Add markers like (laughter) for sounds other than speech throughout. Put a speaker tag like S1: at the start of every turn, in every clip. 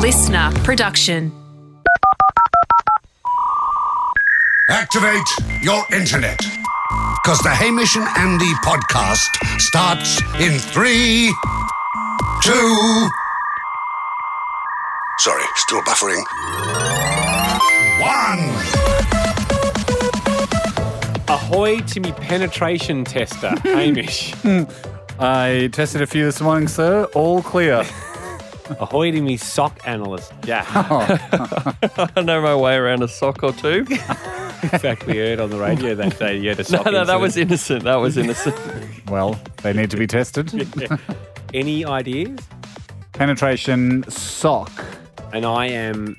S1: listener production.
S2: Activate your internet. Because the Hamish and Andy podcast starts in three, two. Sorry, still buffering. One.
S3: Ahoy to me penetration tester,
S4: (laughs)
S3: Hamish.
S4: I tested a few this morning, sir. All clear.
S3: Ahoy to me sock analyst,
S4: (laughs)
S3: Jack.
S4: Oh.
S5: I know my way around a sock or two. (laughs)
S3: In fact, we heard on the radio that day you had
S4: (laughs)
S3: a
S5: No,
S3: sock
S5: no, that was
S3: incident.
S5: innocent. That was innocent.
S4: well, they need to be (laughs) tested.
S3: Any ideas?
S4: Penetration sock.
S3: And I am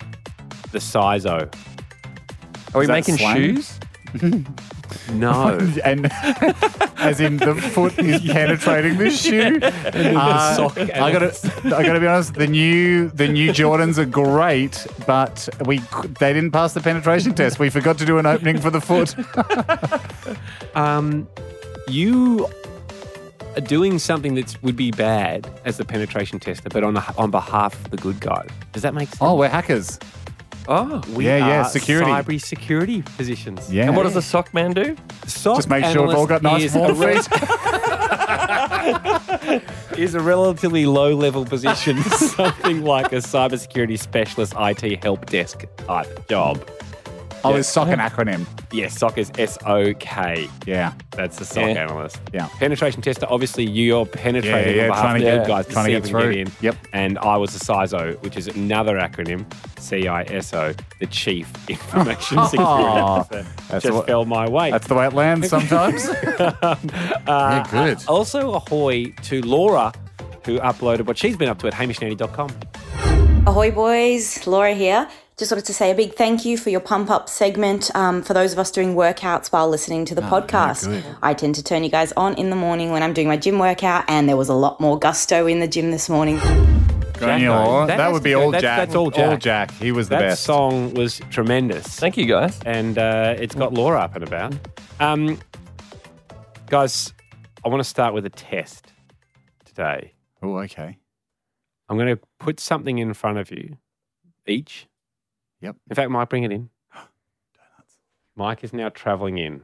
S3: the sizo.
S5: Are we
S4: that
S5: making
S4: slang?
S5: shoes?
S3: No.
S4: And (laughs) as in the foot is (laughs) penetrating the shoe. Uh,
S3: sock
S4: I gotta, I gotta be honest. The new, the new Jordans are great, but we, c- they didn't pass the penetration test. We forgot to do an opening for the foot.
S3: Um, (laughs) you are doing something that would be bad as the penetration tester, but on the, on behalf of the good guys. Does that make sense?
S4: Oh, we're hackers.
S3: Oh, we
S4: Yeah, yeah,
S3: are
S4: security.
S3: cyber security positions.
S4: Yeah.
S5: And what does the sock man do?
S3: Sock
S4: Just make sure we've all got
S3: analyst
S4: nice
S3: is (laughs) a
S4: warm
S3: rel-
S4: feet.
S3: is a relatively low level
S4: (laughs)
S3: position, something like a cybersecurity specialist IT help desk type job.
S4: Oh, is sock an acronym?
S3: Yes, SOC is S O K.
S4: Yeah.
S3: That's the SOC
S5: Yeah.
S3: analyst.
S4: Yeah.
S3: Penetration tester, obviously you're penetrating
S4: Yeah, yeah,
S3: on behalf
S4: trying
S3: of
S4: to
S3: the
S4: get-
S3: good guys to
S4: trying to
S3: see
S4: get
S3: if we can
S4: through.
S3: in.
S4: Yep.
S3: And I was a CISO, which is another acronym, C I S O, the Chief
S4: (laughs)
S3: Information Security Officer.
S4: Oh. That's
S3: Just
S4: what-
S3: fell my way.
S4: That's the way it lands sometimes. yeah, good.
S3: uh, Also, ahoy to Laura, who uploaded what she's been up to at hamishnanny.com.
S6: Ahoy, boys. Laura here. Just wanted to say a big thank you for your pump up segment um, for those of us doing workouts while listening to the podcast. I tend to turn you guys on in the morning when I'm doing my gym workout, and there was a lot more gusto in the gym this morning.
S4: Granule. That,
S3: That has
S4: would
S3: to
S4: be
S3: go.
S4: all
S3: That's-
S4: Jack.
S3: that's all Jack.
S4: He was the
S3: That
S4: best.
S3: song was tremendous.
S5: Thank you, guys.
S3: and uh, it's got Laura up and about. Um, guys, I want to start with a test today.
S4: Oh, okay.
S3: I'm going to put something in front of you, each.
S4: Yep.
S3: In fact, Mike, bring it in. Donuts. Mike is now traveling in.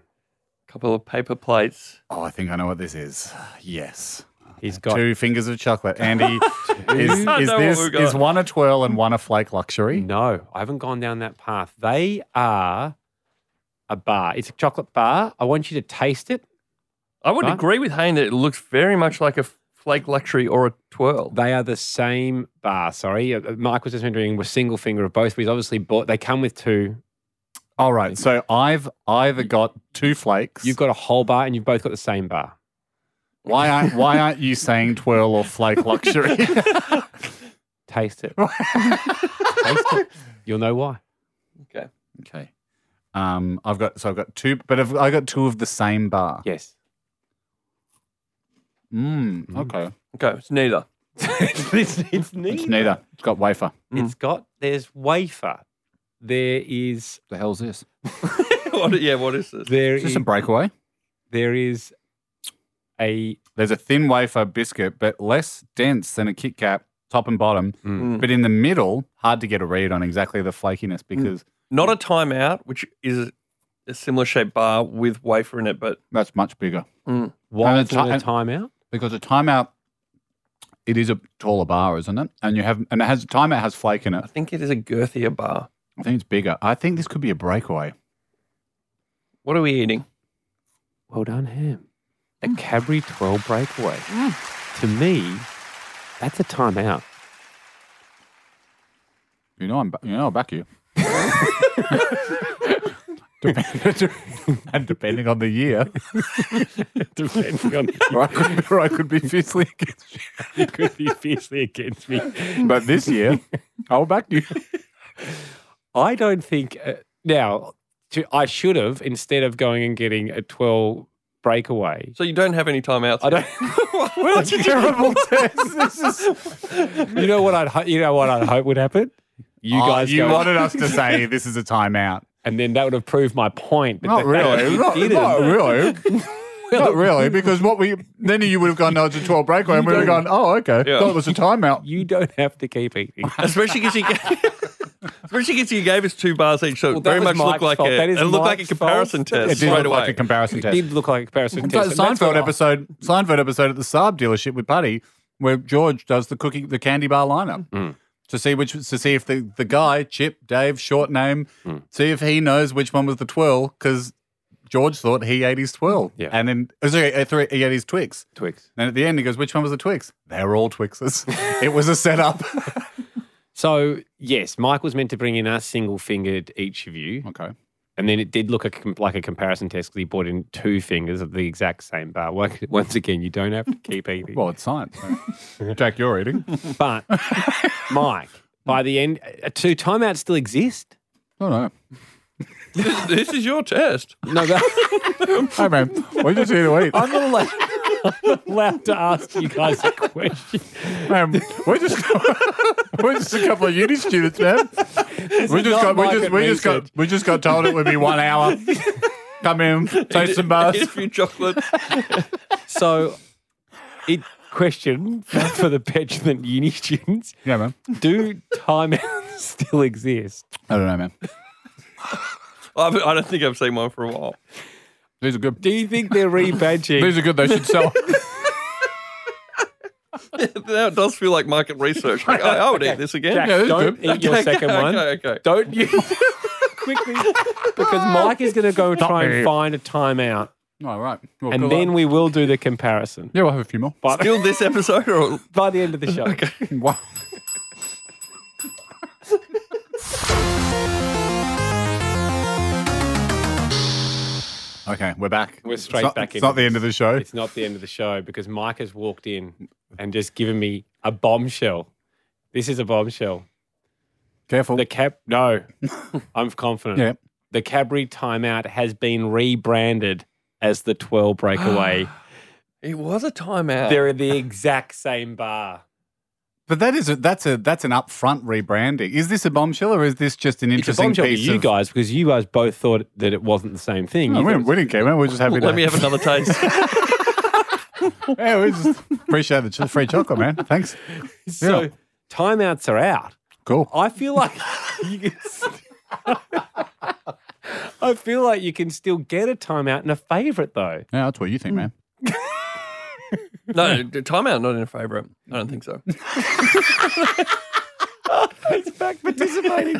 S5: couple of paper plates.
S4: Oh, I think I know what this is. (sighs) Yes.
S3: He's got
S4: Two fingers
S3: (laughs)
S4: of chocolate. Andy, is,
S5: I
S4: is
S5: know what
S4: this
S5: we've got.
S4: is one a twirl and one a flake luxury?
S3: No, I haven't gone down that path. They are a bar. It's a chocolate bar. I want you to taste it.
S5: I would
S3: Right.
S5: agree with Hayne that it looks very much like a flake luxury or a twirl.
S3: They are the same bar. Sorry, Uh, Mike was just wondering. Was single finger of both? But he's obviously bought. They come with two.
S4: All right. So I've either got two flakes.
S3: You've got a whole bar, and you've both got the same bar.
S4: why aren't why aren't you saying twirl or
S3: (laughs)
S4: flake luxury?
S3: Taste
S4: (laughs)
S3: it. Taste it. You'll know why.
S5: Okay.
S4: okay. Um, I've got so I've got two, but I've I got two of the same bar. (laughs)
S3: Yes.
S4: Mm, okay.
S5: Okay, it's neither.
S3: it's, it's
S4: It's
S3: neat.
S4: neither. It's got wafer.
S3: It's got. There's wafer. There is.
S4: The hell's this?
S5: (laughs) what, yeah, what is this?
S3: There
S4: Is
S3: is.
S4: this a breakaway?
S3: there is a
S4: There's a thin wafer biscuit, but less dense than a Kit Kat, top and bottom.
S3: Mm.
S4: But in the middle, hard to get a read on exactly the flakiness because
S5: Not a timeout, which is a similar shaped bar with wafer in it, but
S4: that's much bigger.
S3: Mm. why
S4: And a ti-
S3: the timeout.
S4: Because a timeout, it is a taller bar, isn't it? And you have and it has timeout has flake in it.
S5: I think it is a girthier bar.
S4: I think it's bigger. I think this could be a breakaway.
S5: What are we eating?
S3: Well done, Ham. A
S4: Mm.
S3: Cadbury 12 breakaway. To me, that's a timeout.
S4: You know, I'm ba- you know,
S3: (laughs)
S4: I'll back you. (laughs) Depend- (laughs) and depending on the year,
S3: Depending on
S4: (laughs) or I could be, or I could be fiercely against you.
S3: you could be fiercely against me.
S4: But this year, I'll back you.
S3: I don't think uh, now to, I should have instead of going and getting a 12 breakaway.
S5: So you don't have any timeouts.
S4: (laughs)
S5: (laughs)
S3: I don't. (laughs)
S5: well,
S4: That's a (laughs) terrible test. This is
S3: You know what I'd. ho- You know what I'd hope would happen. You
S4: Oh,
S3: guys
S4: you
S3: go,
S4: wanted us to (laughs) say this is a timeout. (laughs)
S3: and then that would have proved my point. But the fact that you
S4: Not, (laughs)
S3: didn't-
S4: not really. Not really, because what we then you would have gone, no, it's a 12 breakaway, and we would have gone, oh, okay.
S5: Yeah.
S4: Thought it was a
S5: (laughs)
S4: timeout.
S3: You don't have to keep
S4: (laughs)
S3: eating.
S5: Especially because he, (laughs) especially because he gave us two bars each, so it
S3: Well, that
S5: very
S3: was
S5: much
S3: Mike's
S5: looked like
S3: fault. That
S5: a
S3: is
S5: it looked like a
S3: Mike's fault.
S5: comparison
S3: It
S5: test
S4: did
S5: straight
S4: look like
S5: away.
S4: a comparison
S3: It
S4: test.
S3: did look like a comparison
S4: So
S3: test. and that's what
S4: Seinfeld
S3: I-
S4: episode, Seinfeld episode at the Saab dealership with Buddy, where George does the cookie, the candy bar lineup
S5: Hmm.
S4: to see which to see if the the guy Chip, Dave, short name,
S5: Hmm.
S4: see if he knows which one was the twirl because George thought he ate his twirl,
S3: Yeah.
S4: and then oh, sorry, uh, three- he ate his Twix.
S3: Twix.
S4: And at the end, he goes, "Which one was the Twix?" They're all Twixes. it was a setup.
S3: So yes, Mike was meant to bring in us single fingered each of you,
S4: (laughs) okay.
S3: and then it did look a, com- like a comparison test because he brought in two fingers of the exact same bar. Once (laughs) once again, you don't have to keep eating.
S4: Well, it's science.
S3: (laughs)
S4: right? Jack, you're eating.
S3: But (laughs) Mike, by the end, uh, do timeouts still exist?
S4: Oh no.
S5: This, (laughs) this is your test.
S3: No, (laughs) that,
S4: Hey man, what did you here to eat?
S3: I'm not allowed, I'm not allowed to ask you guys a question.
S4: Um, we're just (laughs) we're just a couple of uni students, man. We
S3: not
S4: just got we just
S3: market
S4: we just got
S3: research.
S4: we just got told it would be one hour. Come in, taste some bars.
S5: Eat a few chocolates.
S3: So, it question for, for the petulant uni students:
S4: Yeah, man.
S3: Do timeouts (laughs) still exist?
S4: I don't know, man.
S5: I've, I don't think I've seen one for a while.
S4: These are good.
S3: Do you think they're rebadging?
S4: These are good. They should sell. (laughs)
S5: Now it does feel like market research. Like, I, I would eat this again.
S3: Jack,
S4: Yeah, this is
S3: don't
S4: good.
S3: eat your second
S5: (laughs) okay,
S3: one.
S5: okay.
S3: Don't you (laughs) quickly because Mike is going to go try and find a timeout,
S4: All right. Well,
S3: and
S4: good
S3: then
S4: luck.
S3: we will do the comparison
S4: yeah, we'll have a few more.
S3: But-
S5: Still this episode or
S3: by the end of the show.
S4: Wow. Okay, we're back.
S3: We're
S4: It's
S3: straight
S4: not-
S3: back
S4: It's not
S3: into
S4: the end of the show.
S3: It's not the end of the show because Mike has walked in and just given me a bombshell. This is a bombshell.
S4: Careful.
S3: The cab,
S4: (laughs)
S3: no, I'm confident.
S4: Yeah.
S3: The Cadbury timeout has been rebranded as the 12
S4: (gasps)
S3: breakaway.
S5: it was a timeout.
S3: They're in the exact same bar.
S4: But that is a, that's a that's an upfront rebranding. Is this a bombshell or is this just an
S3: It's a
S4: interesting
S3: bombshell to
S4: piece
S3: you
S4: of-
S3: guys because you guys both thought that it wasn't the same thing.
S4: No,
S3: You
S4: we,
S3: thought
S4: we didn't care, man. We We're just happy.
S5: Let
S4: to,
S5: me have another taste.
S4: (laughs) Yeah, we just appreciate the ch- free chocolate, man. Thanks.
S3: it- so
S4: Yeah.
S3: timeouts are out.
S4: Cool.
S3: I feel like (laughs) you can. St- (laughs) I feel like you can still get a timeout and a favourite though.
S4: Yeah, that's what you think, man.
S5: No, d- timeout not in a favourite. I don't think (laughs) so.
S3: It's back participating. (laughs)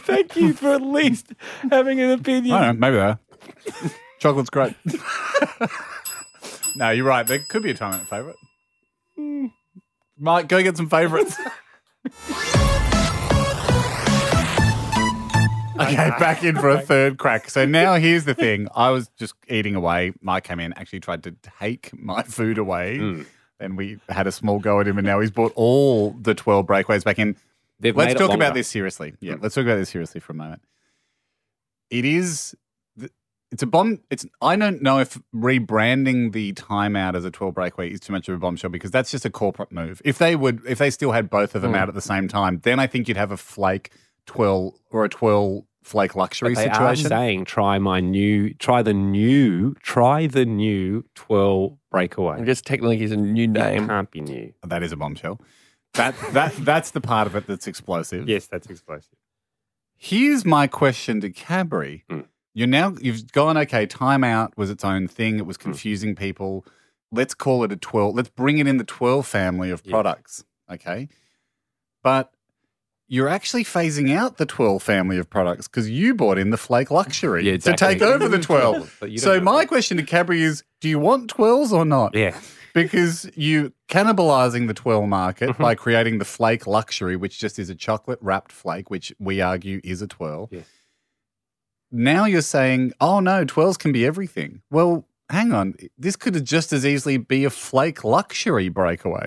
S3: Thank you for at least having an opinion.
S4: I don't know. Maybe they are. (laughs) Chocolate's great. (laughs) no, you're right. There could be a time favorite. Hmm. Mike, go get some favorites. (laughs) okay, (laughs) back in for a third crack. So now here's the thing. I was just eating away. Mike came in, actually tried to take my food away. Then we had a small go at him, and now he's brought all the 12 breakaways back in.
S3: They've made
S4: Let's
S3: it
S4: talk about
S3: longer. Hmm.
S4: this seriously. Yeah, let's talk about this seriously for a moment. It is. th- It's a bomb. It's. I don't know if rebranding the timeout as a twelve breakaway is too much of a bombshell because that's just a corporate move. If they would, if they still had both of
S3: Hmm.
S4: them out at the same time, then I think you'd have a flake twirl or a twirl flake luxury
S3: They are
S4: situation.
S3: saying try my new, try the new, try the new twirl
S5: I
S3: breakaway.
S5: guess technically he's a new
S3: It
S5: name.
S3: can't be new.
S4: That is a bombshell. That that that's the part of it that's explosive.
S3: Yes, that's explosive.
S4: Here's my question to Cadbury.
S3: Mm.
S4: You're now you've gone okay. Timeout was its own thing. It was
S3: Hmm.
S4: confusing people. Let's call it a twirl. Let's bring it in the twirl family of
S3: Yes.
S4: products. Okay, but you're actually phasing out the twirl family of products because you bought in the flake luxury
S3: Yeah, exactly.
S4: to take over the twirl.
S3: But (laughs) you don't
S4: so
S3: know.
S4: my question to Cadbury is: Do you want twirls or not?
S3: Yeah.
S4: (laughs)
S3: (laughs)
S4: because you cannibalizing the twirl market by creating the flake luxury, which just is a chocolate wrapped flake, which we argue is a twirl.
S3: Yes.
S4: Now you're saying, oh no, twirls can be everything. Well, hang on, this could just as easily be a flake luxury breakaway.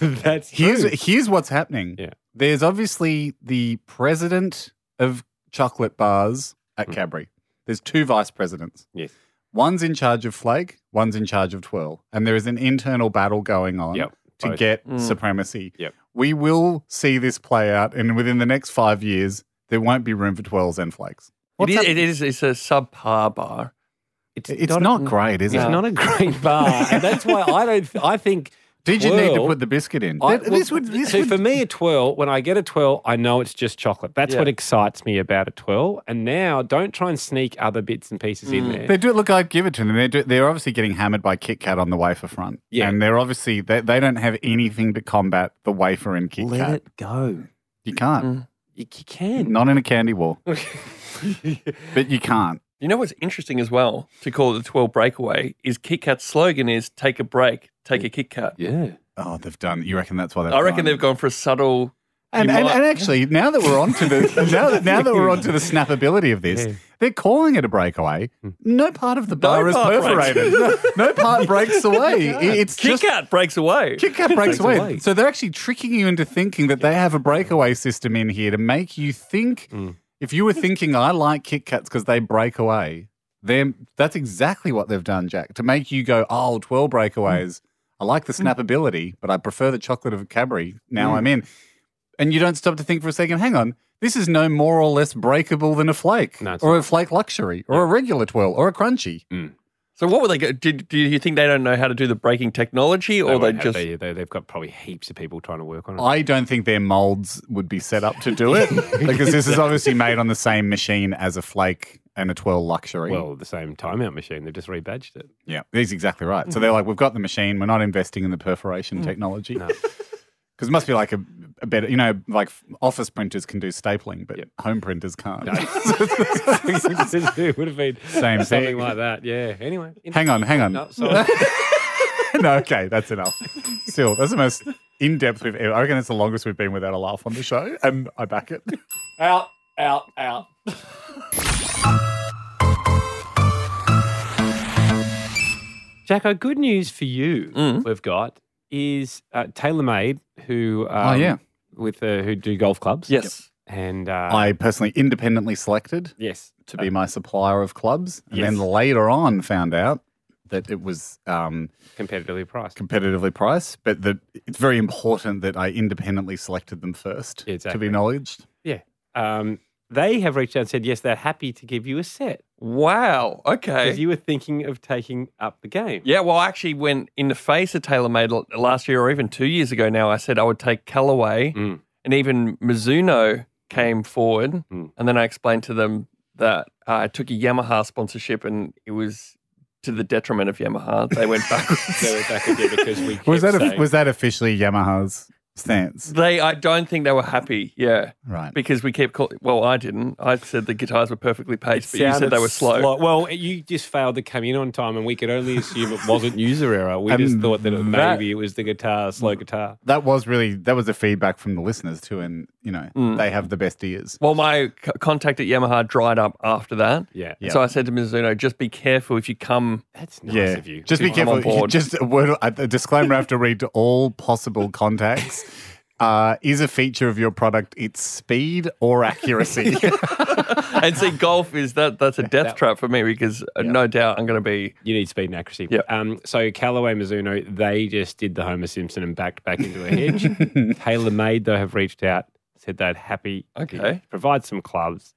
S3: that's
S4: here's
S3: true.
S4: here's what's happening.
S3: Yeah.
S4: There's obviously the president of chocolate bars at
S3: Mm.
S4: Cadbury. There's two vice presidents.
S3: Yes.
S4: One's in charge of Flake, one's in charge of Twirl. And there is an internal battle going on
S3: Yep,
S4: to
S3: both. Hmm.
S4: get
S5: Mm.
S4: supremacy.
S3: Yep.
S4: We will see this play out, and within the next five years, there won't be room for Twirls and Flakes.
S5: It
S4: What's
S5: is,
S4: hap-
S5: it is. It's a subpar bar.
S3: It's,
S4: It's not great, is
S3: It's
S4: it?
S3: not a great bar. and that's why I don't. I
S4: (laughs)
S3: think.
S4: Did you need to
S3: twirl-
S4: put the biscuit in?
S3: I-
S4: That-
S3: well,
S4: this would, this
S3: see,
S4: would,
S3: for me, a twirl, when I get a twirl, I know it's just chocolate. That's
S5: Yeah.
S3: what excites me about a twirl. And now, don't try and sneak other bits and pieces in there.
S4: They do look. I give it to them. They do, they're obviously getting hammered by Kit Kat on the wafer front.
S3: Yeah.
S4: and they're obviously they, they don't have anything to combat the wafer and Kit
S3: Let
S4: Kat.
S3: it go.
S4: You can't.
S3: You, you can. (laughs)
S4: (laughs) Not in a candy war, but you can't.
S5: You know what's interesting as well to call it the 12 breakaway is Kit Kat's slogan is take a break, take a Kit Kat.
S3: Yeah.
S4: Oh, they've done. You reckon that's why they?
S5: I reckon they've gone for a subtle.
S4: And,
S5: you
S4: and,
S5: might-
S4: and actually, now that we're on to
S5: (laughs)
S4: the now that now that we're on to the snappability of this,
S3: Yeah. Hmm.
S4: they're calling it a breakaway. No part of the bar is
S5: part breaks.
S4: perforated. No, no part breaks
S5: (laughs)
S4: away. It- It's
S5: Kit
S4: just
S5: Kat breaks away.
S4: Kit Kat breaks
S3: Breaks
S4: away.
S3: away.
S4: So they're actually tricking you into thinking that they have a breakaway system in here to make you think. If you were thinking, I like Kit Kats because they break away, then that's exactly what they've done, Jack, to make you go, oh, 12 breakaways. I like the snappability, but I prefer the chocolate of Cadbury. Now I'm in. And you don't stop to think for a second, hang on, this is no more or less breakable than a flake
S3: No, it's
S4: or a flake luxury or a regular twirl or a crunchy.
S5: So what were they? go- Did do you think they don't know how to do the breaking technology, or they
S3: won't have-
S5: just
S3: They, they, have got probably heaps of people trying to work on it.
S4: I don't think their molds would be set up to do
S3: (laughs)
S4: it because this is obviously made on the same machine as a flake and a twirl luxury.
S3: well, the same timeout machine. They've just rebadged
S4: (laughs)
S3: it. (laughs)
S4: yeah, he's exactly right.
S3: Mm-hmm.
S4: So they're like, we've got the machine. We're not investing in the
S3: Mm.
S4: perforation technology (laughs) because it must be like a, a better, you know, like office printers can do stapling, but home printers can't.
S3: it would have been
S4: Same
S3: something
S4: thing.
S3: like that. Yeah. Anyway.
S4: (laughs) hang on, hang on.
S3: No, sorry.
S4: (laughs) no, okay, that's enough. Still, that's the most in depth we've ever. I reckon it's the longest we've been without a laugh on the show, and I
S3: (laughs)
S4: back it.
S3: Uh, out, out, out. Jacko, good news for you.
S5: Mm.
S3: We've got is uh, TaylorMade, who um,
S4: Oh, yeah.
S3: with uh, who do golf clubs.
S5: yes?
S3: and uh,
S4: I personally independently selected
S3: yes,
S4: to be my supplier of clubs, and
S3: Yes.
S4: then later on found out that it was um,
S3: competitively priced.
S4: competitively priced. But that it's very important that I independently selected them first to
S3: Exactly.
S4: be acknowledged.
S3: yeah, um, they have reached out and said yes, they're happy to give you a set
S5: Wow. Okay.
S3: because you were thinking of taking up the game.
S5: yeah. Well, I actually, when in the face of TaylorMade l- last year or even two years ago now, I said I would take Callaway,
S3: Mm.
S5: and even Mizuno came forward,
S3: Mm.
S5: and then I explained to them that uh, I took a Yamaha sponsorship, and it was to the detriment of Yamaha.
S3: (laughs)
S5: They went backwards.
S3: They were back again because we
S4: (laughs)
S3: kept
S4: Was that a,
S3: saying-
S4: was that officially Yamaha's stance?
S5: They, I don't think they were happy. Yeah.
S4: Right.
S5: Because we kept calling. Well, I didn't. I said the guitars were perfectly paced, but you said
S3: sounded
S5: they were slow.
S3: sli- well, you just failed to come in on time, and we could only assume it wasn't user error. We just
S4: And
S3: thought that it,
S4: that-
S3: maybe it was the guitar, slow guitar.
S4: That was really that was the feedback from the listeners too, and you know
S3: Mm.
S4: they have the best ears.
S5: Well, my c- contact at Yamaha dried up after that.
S3: Yeah.
S4: Yeah.
S5: So I said to Mizuno, just be careful if you come.
S3: That's nice
S4: yeah,
S3: of you.
S4: just be
S5: I'm on
S4: careful.
S5: board.
S4: Just a word, a disclaimer I have to read to all possible
S3: (laughs)
S4: contacts. Uh, is a feature of your product its speed or
S3: (laughs)
S4: accuracy.
S5: (laughs) And see, golf is that that's a death trap for me because uh, no doubt I'm going to be.
S3: you need speed and accuracy.
S5: Yeah.
S3: Um, so Callaway Mizuno, they just did the Homer Simpson and backed back into
S5: (laughs)
S3: a hedge. TaylorMade, though, have reached out, said they'd happy
S5: Okay.
S3: provide some clubs.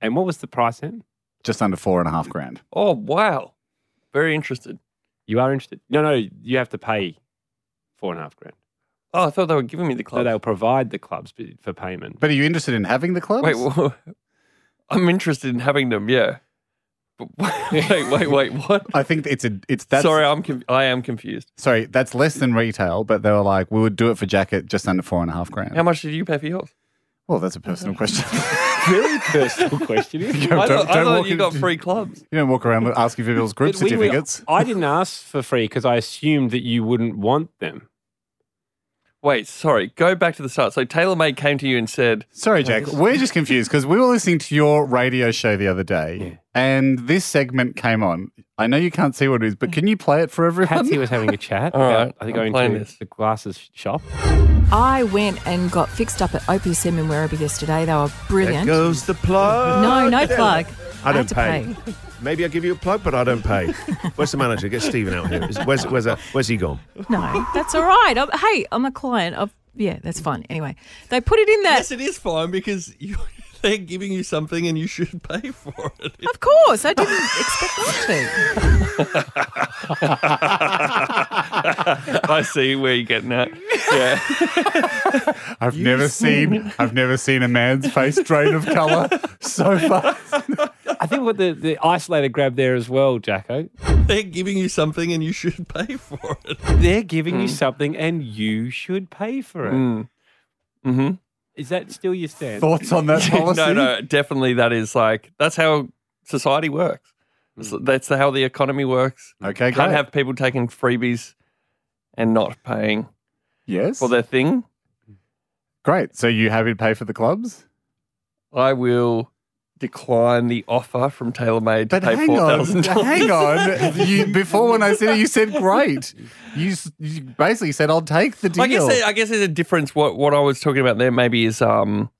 S3: And what was the price then?
S4: just under four and a half grand.
S5: Oh, wow. Very interested.
S3: You are interested? No, no, you have to pay four and a half grand.
S5: Oh, I thought they were giving me the
S3: So
S5: club.
S3: they'll provide the clubs b- for
S5: (laughs)
S3: payment.
S4: But are you interested in having the clubs?
S5: Wait, wha- (laughs) I'm interested in having them. Yeah. But (laughs) wait, wait, wait. What?
S4: I think it's a it's (laughs) that's
S5: Sorry,
S4: sorry.
S5: I'm com- I am confused.
S4: that's less than retail, but they were like, we would do it for jacket just under four and a half grand.
S5: How much did you pay for yours?
S4: Well, that's a personal question. (laughs)
S3: Very personal (laughs) question. isn't it?
S5: I thought, I
S4: don't
S5: thought
S4: walk
S5: you got
S4: into-
S5: free clubs.
S4: you don't walk around asking for people's group
S3: But we were-
S4: certificates.
S3: I didn't ask for free because I assumed that you wouldn't want them.
S5: Wait, sorry. Go back to the start. So TaylorMade came to you and said,
S4: Sorry, Jack. We're just confused because we were listening to your radio show the other day, and this segment came on. I know you can't see what it is, but can you play it for everyone?
S3: Patsy was having a chat.
S5: (laughs) All
S3: about,
S5: right,
S3: I think
S5: I'm
S3: going
S5: playing
S3: to
S5: this.
S3: the glasses shop.
S1: I went and got fixed up at OPSM in Werribee yesterday. They were brilliant.
S7: Goes the plug.
S1: No, no plug.
S7: (laughs) I
S1: had
S7: don't
S1: to
S7: pay. Maybe I'll give you a plug, but I don't pay. Where's the manager? Get Stephen out here. Is- Where's, where's, that- where's he gone?
S1: No, that's all right. I'm, hey, I'm a client. I've, yeah, that's fine. Anyway, they put it in that.
S5: it is fine because (laughs) you, they're giving you something and you should pay for it.
S4: (laughs)
S1: Of course, I didn't expect not to.
S5: I see where you're getting at. Yeah.
S4: I've never seen I've never seen a man's face drain of
S5: (laughs)
S4: colour so fast.
S3: I think what the, the isolator grab there as well, Jacko.
S5: they're giving you something and you should (laughs) pay for it.
S3: They're giving
S8: Mm.
S3: you something and you should pay for it. Is
S8: Mm-hmm.
S3: that still your stance?
S4: Thoughts on that policy?
S5: (laughs) no, no, definitely that is like that's how society works. So That's how the economy works.
S4: Okay,
S5: Can't
S4: great.
S5: have people taking freebies and not paying
S4: yes.
S5: for their thing.
S4: Great. So you happy to pay for the clubs?
S5: I will decline the offer from TaylorMade to
S4: But
S5: pay
S4: hang
S5: four
S4: on,
S5: thousand dollars.
S4: hang
S5: (laughs)
S4: on. You, before when I said it, you said great. You, s- you basically said I'll take the deal.
S5: I guess there, I guess there's a difference. What what I was talking about there maybe is um.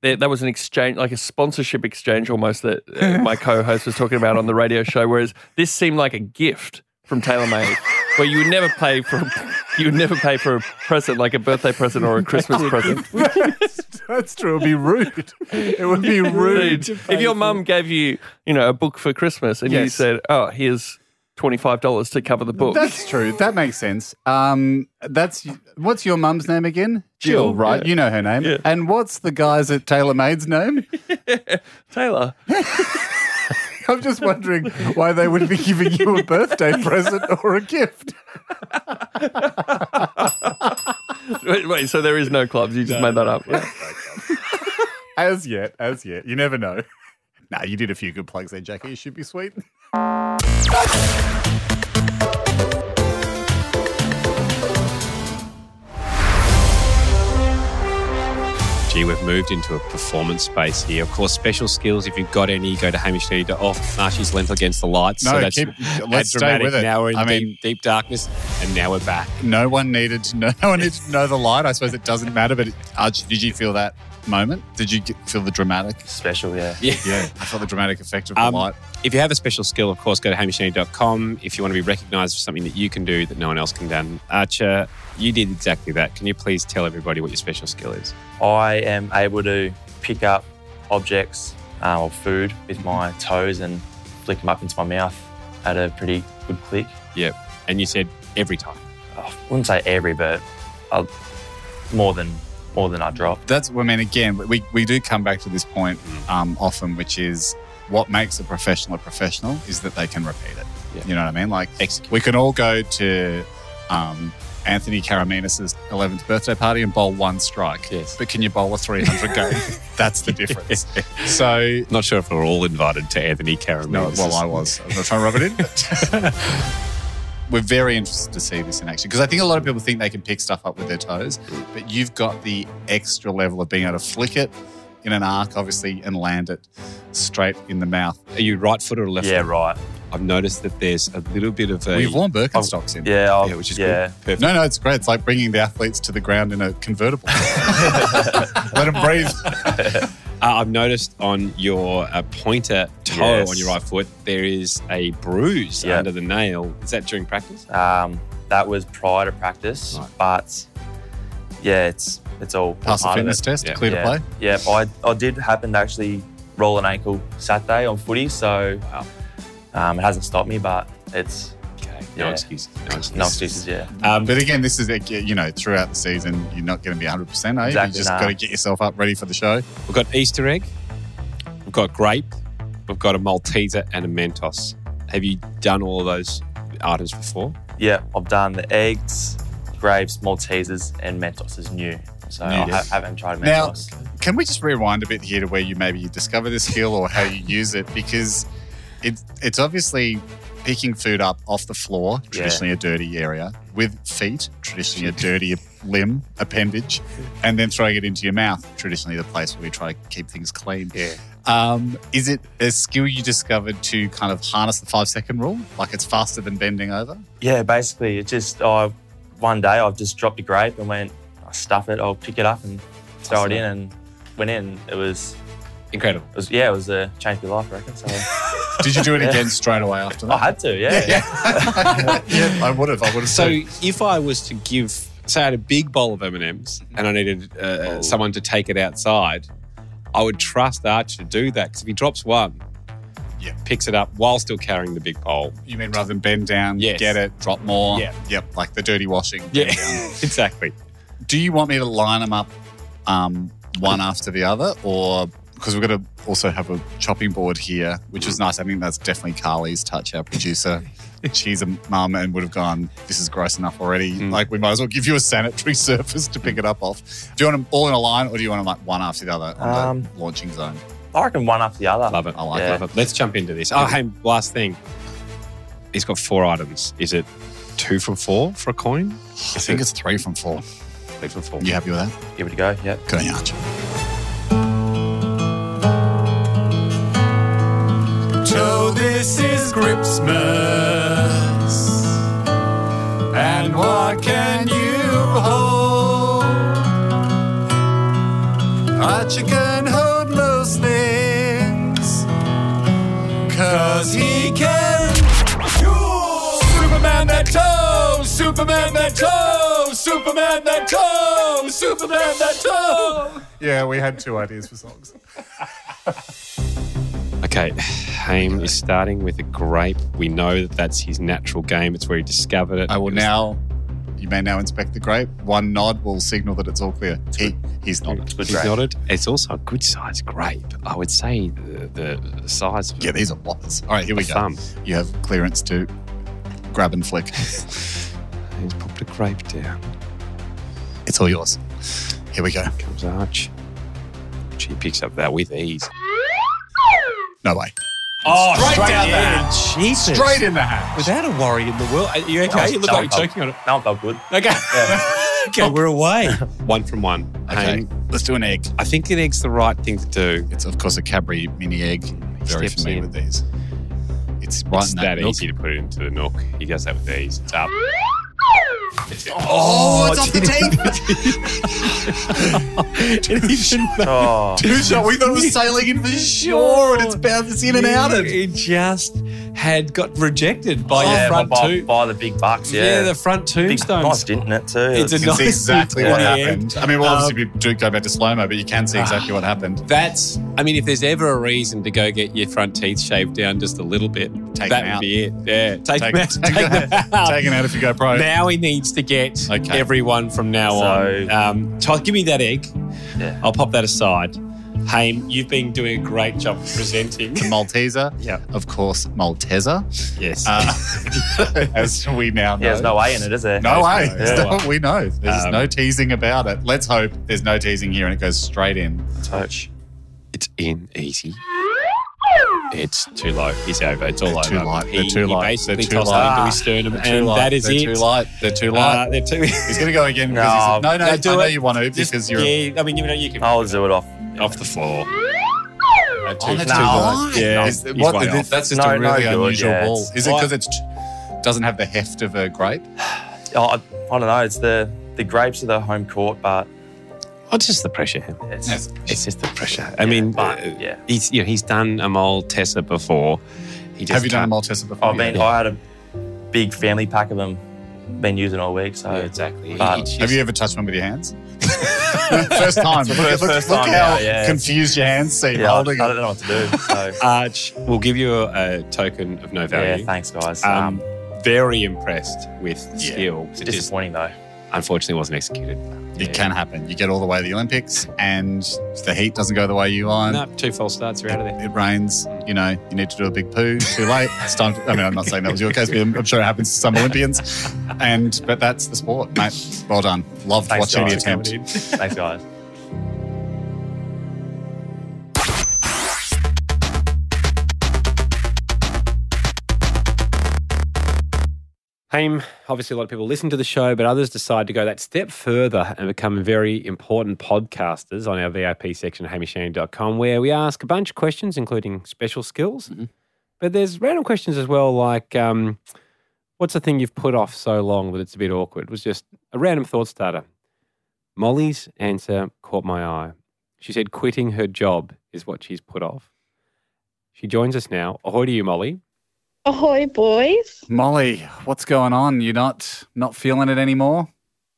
S5: There, that was an exchange, like a sponsorship exchange almost that
S4: (laughs)
S5: uh, my co-host was talking about on the radio show. Whereas this seemed like a gift from TaylorMade, where you would never pay for you would never pay for a present like a birthday present or a Christmas present.
S4: (laughs) That's true. It'd be rude. It would
S5: (laughs)
S4: be rude.
S5: If your mum gave you you know a book for Christmas and you
S4: Yes.
S5: said, "Oh, here's twenty five dollars to cover the book,"
S4: That's true. That makes sense. Um, that's what's your mum's name again?
S5: Jill,
S4: right?
S5: yeah.
S4: You know her name. And what's the guys at TaylorMade's name? (laughs)
S5: Taylor. (laughs)
S4: I'm just wondering why they would be giving you a birthday (laughs) present or a gift.
S5: Wait, wait, so there is no clubs. You just made that up. Yeah.
S4: As yet, as yet, you never know. (laughs) Nah, you did a few good plugs there, Jackie. You should be sweet. (laughs)
S8: Gee, we've moved into a performance space here. Of course, special skills. If you've got any, you go to hamish.com. Oh, Marshy's length against the lights.
S4: No,
S8: so that's
S4: keep-
S8: that's
S4: let's stay
S8: dramatic.
S4: with it.
S8: Now we're in
S4: I mean-
S8: deep, deep darkness, and now we're
S4: (laughs)
S8: back.
S4: No one needed to know. (laughs) No one needed to know the light. I suppose it doesn't matter. But Arch, did you feel that moment? Did you get, feel the dramatic?
S9: Special, yeah.
S4: Yeah, I felt the dramatic effect of the
S8: Um,
S4: light.
S8: If you have a special skill, of course, go to hamishney.com. If you want to be recognized for something that you can do that no one else can Uh, do, Archer, you did exactly that. Can you please tell everybody what your special skill is?
S9: I am able to pick up objects uh, or food with my toes and flick them up into my mouth at a pretty good click.
S8: Yep. And you said every time.
S9: I wouldn't say every, but i more than more than I drop.
S4: That's, I mean, again, we, we do come back to this point um, often, which is what makes a professional a professional is that they can repeat it.
S8: Yeah.
S4: You know what I mean? Like,
S8: Execute.
S4: we can all go to um, Anthony Karaminas' 11th birthday party and bowl one strike.
S8: Yes.
S4: But can you bowl a 300 game? That's the difference. So,
S8: Not sure if we're all invited to Anthony Karamis.
S4: no, well, I was. I was trying to rub it in. but- We're very interested to see this in action because I think a lot of people think they can pick stuff up with their toes, but you've got the extra level of being able to flick it in an arc, obviously, and land it straight in the mouth.
S8: Are you right foot or left
S9: yeah,
S8: foot?
S9: right.
S8: I've noticed that there's a little bit of a.
S4: We've worn Birkenstocks in.
S9: Yeah, I'll,
S8: Yeah, which is
S9: yeah.
S8: good. Perfect.
S4: No, no, it's great. It's like bringing the athletes to the ground in
S9: (laughs)
S4: a convertible. Let them breathe.
S8: Uh, I've noticed on your uh, pointer toe
S9: Yes.
S8: on your right foot, there is a bruise
S9: Yeah.
S8: under the nail. Is that during practice?
S9: Um, that was prior to practice,
S8: Right. Oh.
S9: but yeah, it's it's all
S4: Pass the
S9: part of
S4: fitness
S9: it.
S4: test,
S8: Yeah.
S4: clear
S9: yeah.
S4: to play.
S9: Yeah, I, I did happen to actually roll an ankle Saturday on footy, so um, it hasn't stopped me, but it's
S8: Okay. No
S9: Yeah.
S8: excuses. No excuses.
S9: no excuses, yeah.
S8: Um,
S4: But again, this is, like, you know, throughout the season, you're not going to be 100%, are you?
S9: Exactly,
S4: you just
S9: nah.
S4: got to get yourself up ready for the show.
S8: We've got Easter egg, we've got grape, we've got a Malteser and a Mentos. Have you done all of those items before?
S9: Yeah, I've done the eggs, grapes, Maltesers, and Mentos is new. So I
S4: New.
S9: ha- haven't tried
S4: Now-
S9: Mentos.
S4: Can we just rewind a bit here to where you maybe you discover the skill or how you use it? Because it, it's obviously picking food up off the floor, traditionally a dirty area, with feet, traditionally a dirty limb, appendage, and then throwing it into your mouth, traditionally the place where we try to keep things clean.
S8: Yeah.
S4: Um, is it a skill you discovered to kind of harness the five second rule? Like it's faster than bending over?
S9: Yeah, basically, it just I one day I've just dropped a grape and went, I stuff it, I'll pick it up and throw it in, and went in. It was,
S8: Incredible.
S9: it was yeah, it was a change of life, I reckon. So
S4: Did you do it
S9: Yeah.
S4: again straight away after
S9: I
S5: (laughs)
S4: that?
S9: had to, yeah.
S4: yeah. yeah, I would have. I would have.
S8: So
S4: too.
S8: if I was to
S4: Mm-hmm.
S8: give, uh,
S4: Oh.
S8: say, I had a big bowl of M and M's and I needed uh, someone to take it outside, I would trust Archer to do that because if he drops one,
S4: Yeah.
S8: picks it up while still carrying the
S4: (laughs)
S8: big pole.
S4: You mean rather than bend down,
S8: Yes.
S4: get it, drop more?
S8: Yeah.
S4: Yep, like the dirty washing. bend
S8: Yeah,
S4: down.
S8: exactly.
S4: Do you want me to line them up um, one after the other, or because we're going to also have a chopping board here, which is nice. I think that's definitely Carly's touch, our
S8: (laughs)
S4: producer. She's a mum and would have gone, This is gross enough already.
S8: Mm.
S4: Like, we might as well give you a sanitary (laughs) surface to pick it up off. Do you want them all in a line, or do you want them like one after the other on
S9: Um,
S4: the launching zone?
S9: I reckon one after the other.
S8: Love it.
S4: I like
S9: Yeah.
S8: Love it. Let's jump into this. Oh, hey, last thing. He's got four items. Is it two from four for a coin?
S4: I think it's three from four.
S8: Three from four.
S4: You happy with that?
S9: Give it a go. Yep.
S4: Good on you, Archie.
S2: So this is Gripsmas. And what can you hold? Archie can hold most things. Cause he can. Superman that toes! Superman that toes! Superman that toes! Superman that toes!
S4: Yeah, we had two ideas for songs.
S8: Okay, Haim is starting with a grape. We know that that's his natural game. It's where he discovered it.
S4: I will
S8: It was-
S4: now. You may now inspect the grape. One nod will signal that it's all clear. He, he's nodded.
S9: Good
S8: He's
S9: grade.
S8: nodded. It's also a good sized grape. I would say the, the size of
S4: Yeah, these are whoppers. All right, here
S8: a
S4: we go.
S8: thumb.
S4: You have clearance to grab and flick.
S8: He's popped a grape down.
S4: It's all yours. Here we go.
S8: Comes Arch. Which he picks up that with ease.
S4: No way.
S8: Oh,
S4: Straight straight down in. the hand.
S8: Jesus.
S4: Straight in the hat.
S8: Without a worry in the world. Are you okay?
S9: That
S8: You
S9: one
S8: look like
S9: felt-
S8: you're choking on it.
S9: That one felt good.
S8: Okay.
S9: Yeah.
S8: (laughs) okay,
S9: (laughs)
S8: we're away. One from one.
S4: Okay,
S8: Haim,
S4: let's do an egg.
S8: I think an egg's the right thing to do.
S4: It's of course a Cadbury mini egg. Very
S8: steps
S4: familiar
S8: in.
S4: with these. It's right
S8: It's
S4: in
S8: that
S4: milk.
S8: easy to put it into the nook. He does that with ease. It's (laughs) up.
S4: Oh, it's off the tape.
S8: (laughs)
S9: Oh,
S4: Dude, so (laughs) we thought it was sailing in for shore, and it's bouncing in and out. And
S8: It just had got rejected by
S9: Oh, yeah,
S8: your front
S9: by,
S8: two.
S9: by the big bucks.
S8: yeah.
S9: Yeah,
S8: the front
S9: big
S8: tombstone.
S9: nice, didn't it? Too.
S8: It's a
S4: You can see
S8: Nice. Um,
S4: exactly what
S8: In the
S4: happened. I mean, well, obviously we do go back to slow mo, but you can see exactly what
S8: (laughs)
S4: happened.
S8: That's, I mean, if there's ever a reason to go get your front teeth shaved down just a little bit,
S4: Take
S8: that
S4: them
S8: would
S4: out.
S8: be it. Yeah, take,
S4: Take-
S8: them out.
S4: (laughs) take them
S8: them (laughs) out.
S4: Taken out if you go pro.
S8: Now he needs to get
S4: Okay.
S8: everyone from now
S9: So-
S8: on. Um, Todd, give me that egg.
S9: Yeah.
S8: I'll pop that aside. Haim, you've been doing a great job
S4: (laughs)
S8: presenting.
S4: Malteser.
S8: Yeah.
S4: Of course, Malteser.
S8: yes.
S4: Uh, (laughs) as we now know.
S9: yeah, there's no way in it, is there?
S4: No way.
S9: Yeah.
S4: There's no- we know. There's
S8: Um,
S4: no teasing about it. Let's hope there's no teasing here and it goes straight in.
S9: Touch.
S8: it's in easy. It's too low. He's over. It's all
S4: They're
S8: over.
S4: too light.
S8: He,
S4: They're too
S8: he
S4: light.
S8: basically
S4: They're too
S8: tossed
S4: light.
S8: it into his sternum,
S4: They're too
S8: and
S4: light.
S8: that is
S4: They're
S8: it.
S4: too light. They're too light.
S8: Uh, they're too.
S4: He's going to go again because he's
S9: No.
S4: no, no,
S8: No, do
S4: I know
S8: it.
S4: you want to
S8: Just-
S4: because you're
S8: yeah, I mean, you know, you can Oh,
S9: I'll zoom it off.
S8: off the floor. Uh, two-
S4: Oh, that's
S9: No.
S4: too light.
S8: Yeah,
S4: Is-
S8: he's
S4: what-
S8: way
S4: is it-
S8: off.
S4: that's just
S9: No,
S4: a
S9: no
S4: really
S9: good,
S4: unusual
S9: yeah,
S4: ball.
S9: it's-
S4: Is it
S8: Why-
S4: because it doesn't have the heft of a grape?
S9: Oh, I, I don't know. It's the the grapes of the home court, but
S8: Oh, it's just the pressure. Him.
S9: it's,
S4: Yes.
S8: It's just the pressure. I
S9: Yeah,
S8: mean,
S9: but,
S8: uh,
S9: yeah.
S8: he's you know, he's done a mole Tessa before. He just
S4: Have you done a
S8: can't-
S4: Malteser before?
S9: I mean, Oh, I had a big family pack of them. Been using all week, so
S8: Yeah, exactly.
S9: But-
S8: He- he
S4: Have
S8: just-
S4: you ever touched one with your hands? first time. Look,
S9: First-
S4: look-
S9: first
S4: look
S9: time,
S4: how
S9: yeah, yeah.
S4: confused your hands seem
S9: yeah, I, I
S4: holding
S9: don't
S4: it.
S9: know what to
S8: (laughs)
S9: do. So
S8: Arch, we'll give you a, a token of no
S9: yeah,
S8: value.
S9: thanks guys.
S8: um,
S9: Um,
S8: very impressed with skill. It just
S9: disappointing though.
S8: unfortunately wasn't executed.
S4: It can happen. You get all the way to the Olympics and the heat doesn't go the way you want.
S8: No, two false starts are out of there.
S4: It rains, you know, you need to do a big poo, too late. It's time to, I mean, I'm not saying that was your case, but I'm, I'm sure it happens to some Olympians. And, but that's the sport, mate. Well done. Loved
S9: Thanks,
S4: watching the
S9: guys.
S4: attempt.
S9: Thanks guys.
S8: Haim, obviously, a lot of people listen to the show, but others decide to go that step further and become very important podcasters on our VIP section at hamishaney.com, where we ask a bunch of questions, including special skills. But there's random questions as well, like um, what's the thing you've put off so long that it's a bit awkward? It was just a random thought starter. Molly's answer caught my eye. She said quitting her job is what she's put off. She joins us now. Ahoy to you, Molly.
S10: Ahoy, boys.
S4: Molly, what's going on? You're not not feeling it anymore?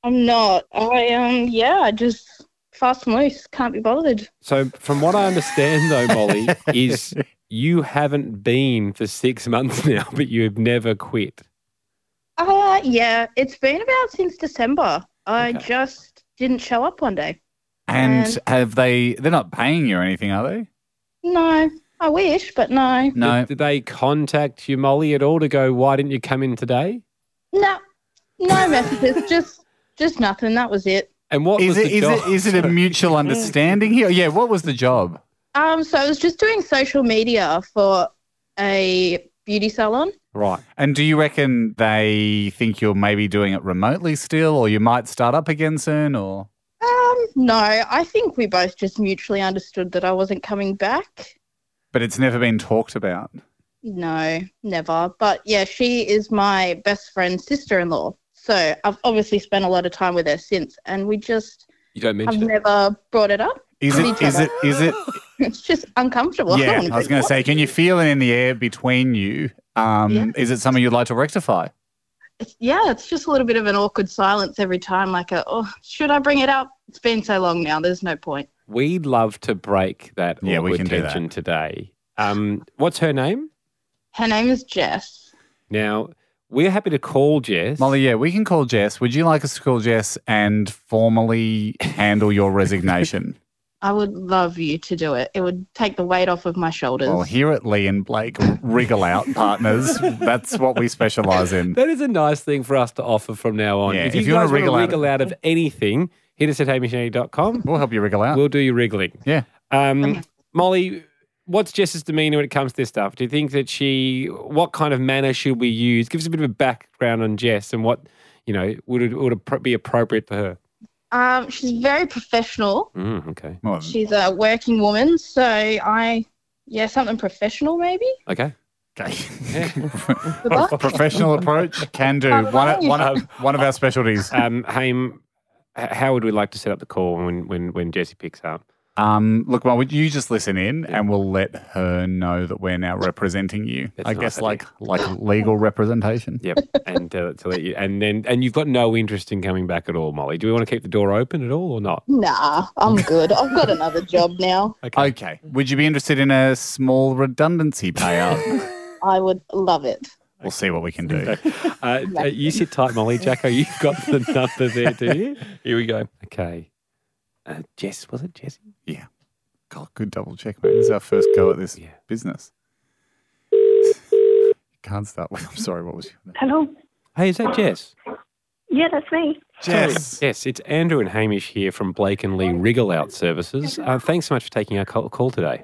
S10: I'm not. I um yeah, I just fast and loose. Can't be bothered.
S8: So, from what I understand, though,
S4: (laughs)
S8: Molly, is you haven't been for six months (laughs) now, but you've never quit.
S10: Uh, yeah, it's been about since December. I
S8: Okay.
S10: just didn't show up one day.
S4: And
S10: And-
S4: have they? They're not paying you or anything, are they?
S10: No, I wish, but no.
S4: No.
S8: Did, did they contact you, Molly, at all to go, why didn't you come in today?
S10: No, no messages. just, just nothing. That was it.
S8: And what
S4: Is
S8: was
S4: it
S8: the
S4: is
S8: job?
S4: it is it a mutual understanding here? Yeah. What was the job?
S10: Um, so I was just doing social media for a beauty salon.
S8: right.
S4: And do you reckon they think you're maybe doing it remotely still, or you might start up again soon, or?
S10: Um, no, I think we both just mutually understood that I wasn't coming back.
S4: But it's never been talked about.
S10: No, never. But yeah, she is my best friend's sister-in-law. So I've obviously spent a lot of time with her since, and we just
S8: You don't
S10: have
S8: mention it.
S10: never brought it up. (laughs)
S4: Is
S10: with
S4: it?
S10: each
S4: Is
S10: other.
S4: it? Is it?
S10: It's just uncomfortable. (laughs) don't
S4: Yeah,
S10: wanna
S4: I was
S10: do
S4: going
S10: that.
S4: to say, can you feel it in the air between you? Um,
S10: Yeah.
S4: Is it something you'd like to rectify?
S10: It's- yeah, it's just a little bit of an awkward silence every time. Like, a, oh, should I bring it up? It's been so long now. There's no point.
S8: We'd love to break that
S4: Yeah, we
S8: awkward
S4: can do that.
S8: tension today. Um, what's her name?
S10: Her name is Jess.
S8: Now, we're happy to call Jess.
S4: Molly, yeah, we can call Jess. Would you like us to call Jess and formally handle your resignation?
S10: I would love you to do it. It would take the weight off of my shoulders.
S4: well, here at Lee and Blake, wriggle out partners. That's what we specialize in.
S8: That is a nice thing for us to offer from now on.
S4: Yeah,
S8: if you,
S4: if you wanna
S8: guys want to
S4: wriggle out of-
S8: wriggle out of anything, hit us at hamish.com.
S4: We'll help you wriggle out.
S8: We'll do your wriggling.
S4: Yeah.
S8: Um, Molly, what's Jess's demeanor when it comes to this stuff? Do you think that she, what kind of manner should we use? Give us a bit of a background on Jess and what, you know, would, it, would it be appropriate for her?
S10: um, she's very professional.
S8: Mm, okay.
S4: Well,
S10: She's a working woman, so I, yeah, something professional maybe.
S8: Okay.
S4: okay.
S10: The boss?
S4: Professional approach can do. One, of- one, of- one of our specialties.
S8: Um, Haim, h- how would we like to set up the call when, when, when Jesse picks up?
S4: Um, look, well, would you just listen in, and we'll let her know that we're now representing you.
S8: That's
S4: I
S8: a nice
S4: guess
S8: idea.
S4: like like legal representation.
S8: Yep, (laughs) and uh, to let you, and then, and you've got no interest in coming back at all, Molly. Do we want to keep the door open at all or not?
S10: Nah, I'm good. I've got another job now.
S4: Okay. Would you be interested in a small redundancy payout?
S10: I would love it.
S4: we'll see what we can do.
S8: Uh, uh, you sit tight, Molly. Jacko, (laughs) you've got the number there, do you?
S5: Here we go.
S8: Okay. Uh, Jess, was it Jesse?
S4: God, good double check, mate. This is our first go at this
S8: Yeah.
S4: business. Can't start with. I'm sorry. What was your name?
S10: Hello.
S8: Hey, is that Jess?
S10: Yeah, that's me.
S4: Jess.
S8: Yes, it's Andrew and Hamish here from Blake and Lee Wriggle Out Services. Uh, thanks so much for taking our call, call today.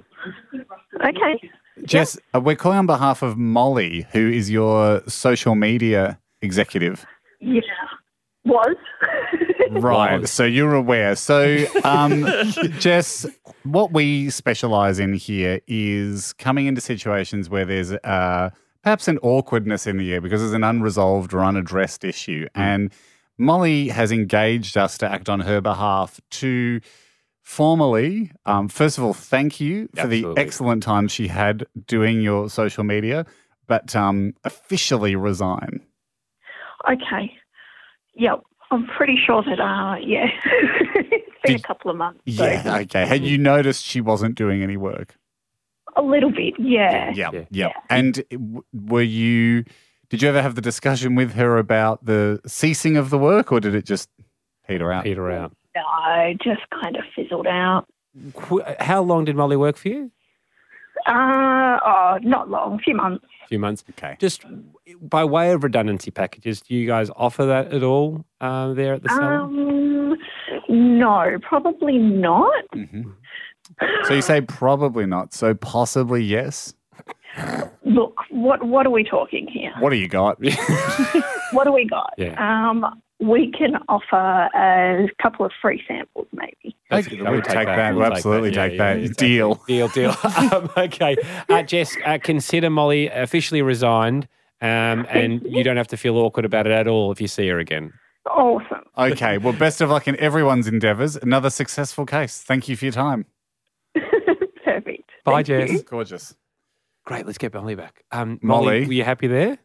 S10: Okay.
S4: Jess, uh, we're calling on behalf of Molly, who is your social media executive.
S10: Yeah. Was.
S4: Right.
S8: Was.
S4: So you're aware. So, um, (laughs) Jess, what we specialize in here is coming into situations where there's uh, perhaps an awkwardness in the air because there's an unresolved or unaddressed issue. And Molly has engaged us to act on her behalf to formally, um, first of all, thank you for the
S8: Absolutely.
S4: excellent time she had doing your social media, but um, officially resign.
S10: Okay. Yep. I'm pretty sure that, uh, yeah. (laughs) it's been
S4: Did-
S10: a couple of months. so-
S4: Yeah. Okay. Had you noticed she wasn't doing any work?
S10: A little bit, yeah.
S4: Yeah, yeah.
S8: Yeah.
S4: And w- were you? Did you ever have the discussion with her about the ceasing of the work, or did it just peter out?
S8: Peter out.
S10: No, just kind of fizzled out.
S8: Qu- How long did Molly work for you?
S10: Uh, oh, not long, a few months.
S8: A few months.
S4: Okay.
S8: Just by way of redundancy packages, do you guys offer that at all uh, there at the salon?
S10: Um, no, probably not.
S4: So you say probably not. So possibly yes.
S10: Look, what what are we talking here?
S4: What do you (laughs) got?
S10: What do we got?
S8: Yeah.
S10: Um, we can offer a couple of free samples, maybe.
S8: That's-
S4: Okay,
S8: that
S4: we'll
S8: would
S4: take that. We'll absolutely
S8: Yeah,
S4: take
S8: yeah,
S4: that.
S8: yeah.
S4: Deal.
S8: Deal, deal. (laughs) um, okay. Uh, Jess, uh, consider Molly officially resigned um, and you don't have to feel awkward about it at all if you see her again.
S10: Awesome.
S4: Okay. Well, best of luck in everyone's endeavors. Another successful case. Thank you for your time.
S10: Perfect.
S8: Bye, Jess.
S4: Gorgeous.
S8: Great. Let's get Molly back. Um,
S4: Molly.
S8: Molly, were you happy there?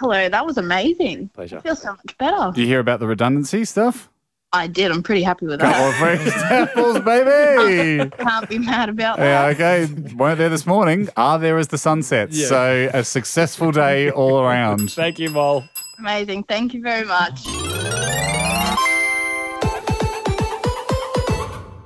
S10: Hello, that was amazing.
S8: Pleasure.
S10: feel so much better.
S4: Do you hear about the redundancy stuff?
S10: I did. I'm pretty happy with
S4: Couple
S10: that.
S4: of free (laughs) examples,
S10: (laughs)
S4: baby.
S10: Can't be mad about
S4: Yeah,
S10: that.
S4: okay. Weren't there this morning? Are there as the sun sets.
S3: Yeah.
S4: So a successful day all around.
S3: Thank you, Mol.
S10: Amazing. Thank you very much.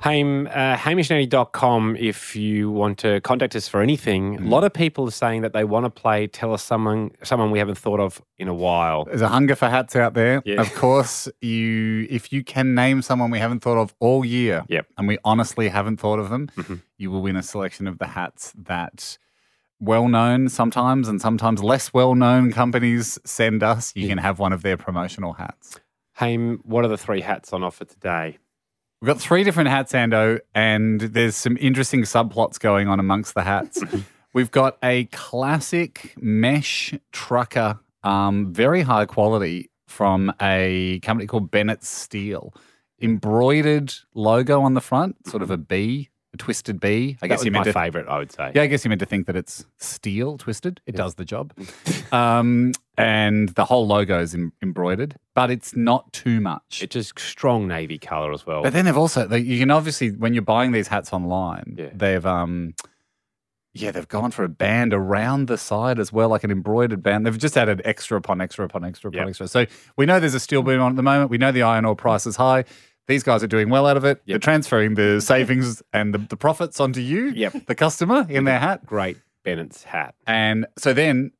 S8: Ham, uh, hamishnanny.com if you want to contact us for anything. A lot of people are saying that they want to play Tell Us Someone, someone we haven't thought of in a while.
S4: There's a hunger for hats out there.
S8: Yeah.
S4: Of course, you if you can name someone we haven't thought of all year,
S8: Yep. Mm-hmm.
S4: and we honestly haven't thought of them, you will win a selection of the hats that well-known sometimes and sometimes less well-known companies send us. You can have one of their promotional hats.
S8: Ham, what are the three hats on offer today?
S4: We've got three different hats, Ando, and there's some interesting subplots going on amongst the hats. We've got a classic mesh trucker, um, very high quality from a company called Bennett Steel. Embroidered logo on the front, sort of a B, a twisted B. I
S8: I
S4: guess
S8: guess
S4: you
S8: my
S4: meant to
S8: favourite, I would say.
S4: yeah, I guess you meant to think that it's steel twisted. It does the job. um, and the whole logo is em- embroidered, but it's not too much.
S8: It's just strong navy colour as well.
S4: But then they've also they, you can obviously when you're buying these hats online,
S8: Yeah.
S4: they've um yeah, they've gone for a band around the side as well, like an embroidered band. They've just added extra upon extra upon extra upon
S8: Yep.
S4: extra. So we know there's a steel boom on at the moment. We know the iron ore price is high. These guys are doing well out of it. They're transferring the savings and the, the profits onto you,
S8: Yep.
S4: the customer, in their hat.
S8: Great Bennett's hat.
S4: And so then,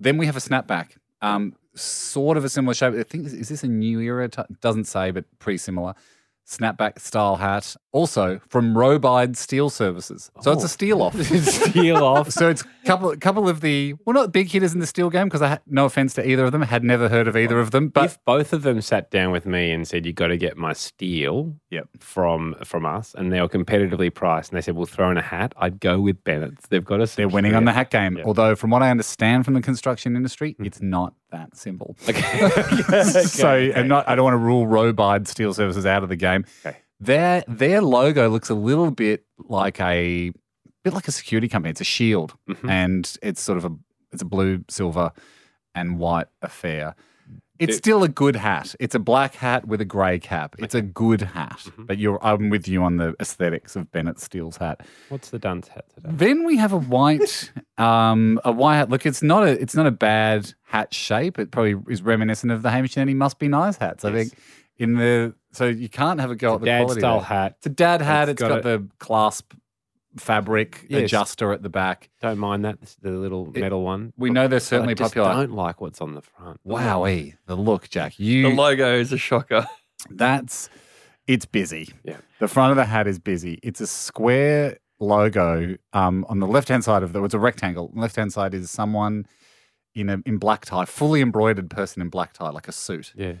S4: then we have a snapback, um, sort of a similar shape. I think is this a new era? T- doesn't say, but pretty similar. Snapback style hat, also from Robide Steel Services. So it's a steel
S8: (laughs)
S4: off.
S8: Peel Oh. off.
S4: so it's couple couple of the well, not big hitters in the steel game because I had no offense to either of them, had never heard of either of them, but
S8: if both of them sat down with me and said, "You got to get my steel
S4: Yep.
S8: from from us," and they were competitively priced, and they said, "We'll throw in a hat," I'd go with Bennett's. They've got us.
S4: they're winning on the hat game.
S8: Yeah. Hmm.
S4: Although, from what I understand from the construction industry, it's not that simple.
S8: (laughs)
S4: so I'm not. I don't want to rule Robide Steel Services out of the game.
S8: Okay.
S4: Their their logo looks a little bit like a bit like a security company. It's a shield,
S8: Mhm.
S4: and it's sort of a it's a blue, silver, and white affair. It's
S8: It-
S4: still a good hat. It's a black hat with a grey cap. It's a good hat.
S8: Mm-hmm.
S4: But you're, I'm with you on the aesthetics of Bennett Steele's hat.
S8: (laughs) What's the Dunn's hat today?
S4: Then we have a white, (laughs) um, a white hat. Look, it's not a, it's not a bad hat shape. It probably is reminiscent of the Hamish and Andy must be nice hats. I
S8: Yes.
S4: think in the so you can't have a go at the
S8: Dad
S4: quality.
S8: style
S4: there.
S8: hat.
S4: It's a dad hat.
S8: It's
S4: it's got,
S8: got
S4: the clasp fabric
S8: Yes.
S4: adjuster at the back.
S8: Don't mind that. This is the little
S4: It-
S8: metal one.
S4: We know they're
S8: But
S4: certainly
S8: I just
S4: popular.
S8: Don't like what's on the front.
S4: Wowie, the look, Jack.
S5: The
S4: You
S5: logo is a shocker.
S4: That's it's busy.
S8: Yeah.
S4: The front of the hat is busy. It's a square logo. Um, on the left hand side of the it's a rectangle. Left hand side is someone in a in black tie, fully embroidered person in black tie, like a suit.
S8: Yeah.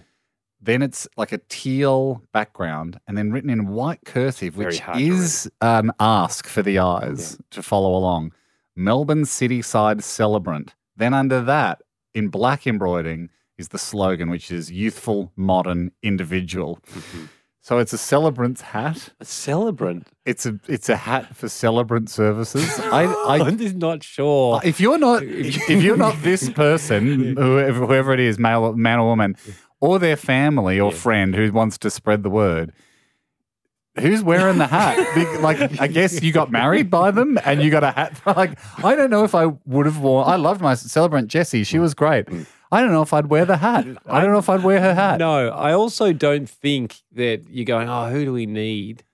S4: Then it's like a teal background, and then written in white cursive,
S8: Very
S4: which
S8: hard to
S4: is an ask for the eyes to follow along. Melbourne City Side Celebrant. Then under that, in black embroidering, is the slogan, which is youthful, modern, individual. So it's a celebrant's hat.
S8: A (gasps) celebrant.
S4: It's a it's a hat for celebrant (laughs) services. I, (gasps)
S8: I'm
S4: I
S8: just not sure.
S4: if you're not if, if you're (laughs) not this person, whoever, whoever it is, male man or woman, or their family or friend who wants to spread the word, who's wearing the (laughs) hat? Be- like I guess you got married by them and you got a hat. Like I don't know if I would have worn. I loved my celebrant Jessie. She was great. I don't know if I'd wear the hat. Mm. I don't know if I'd wear her hat.
S8: (laughs) No, I also don't think that you're going, oh, who do we need?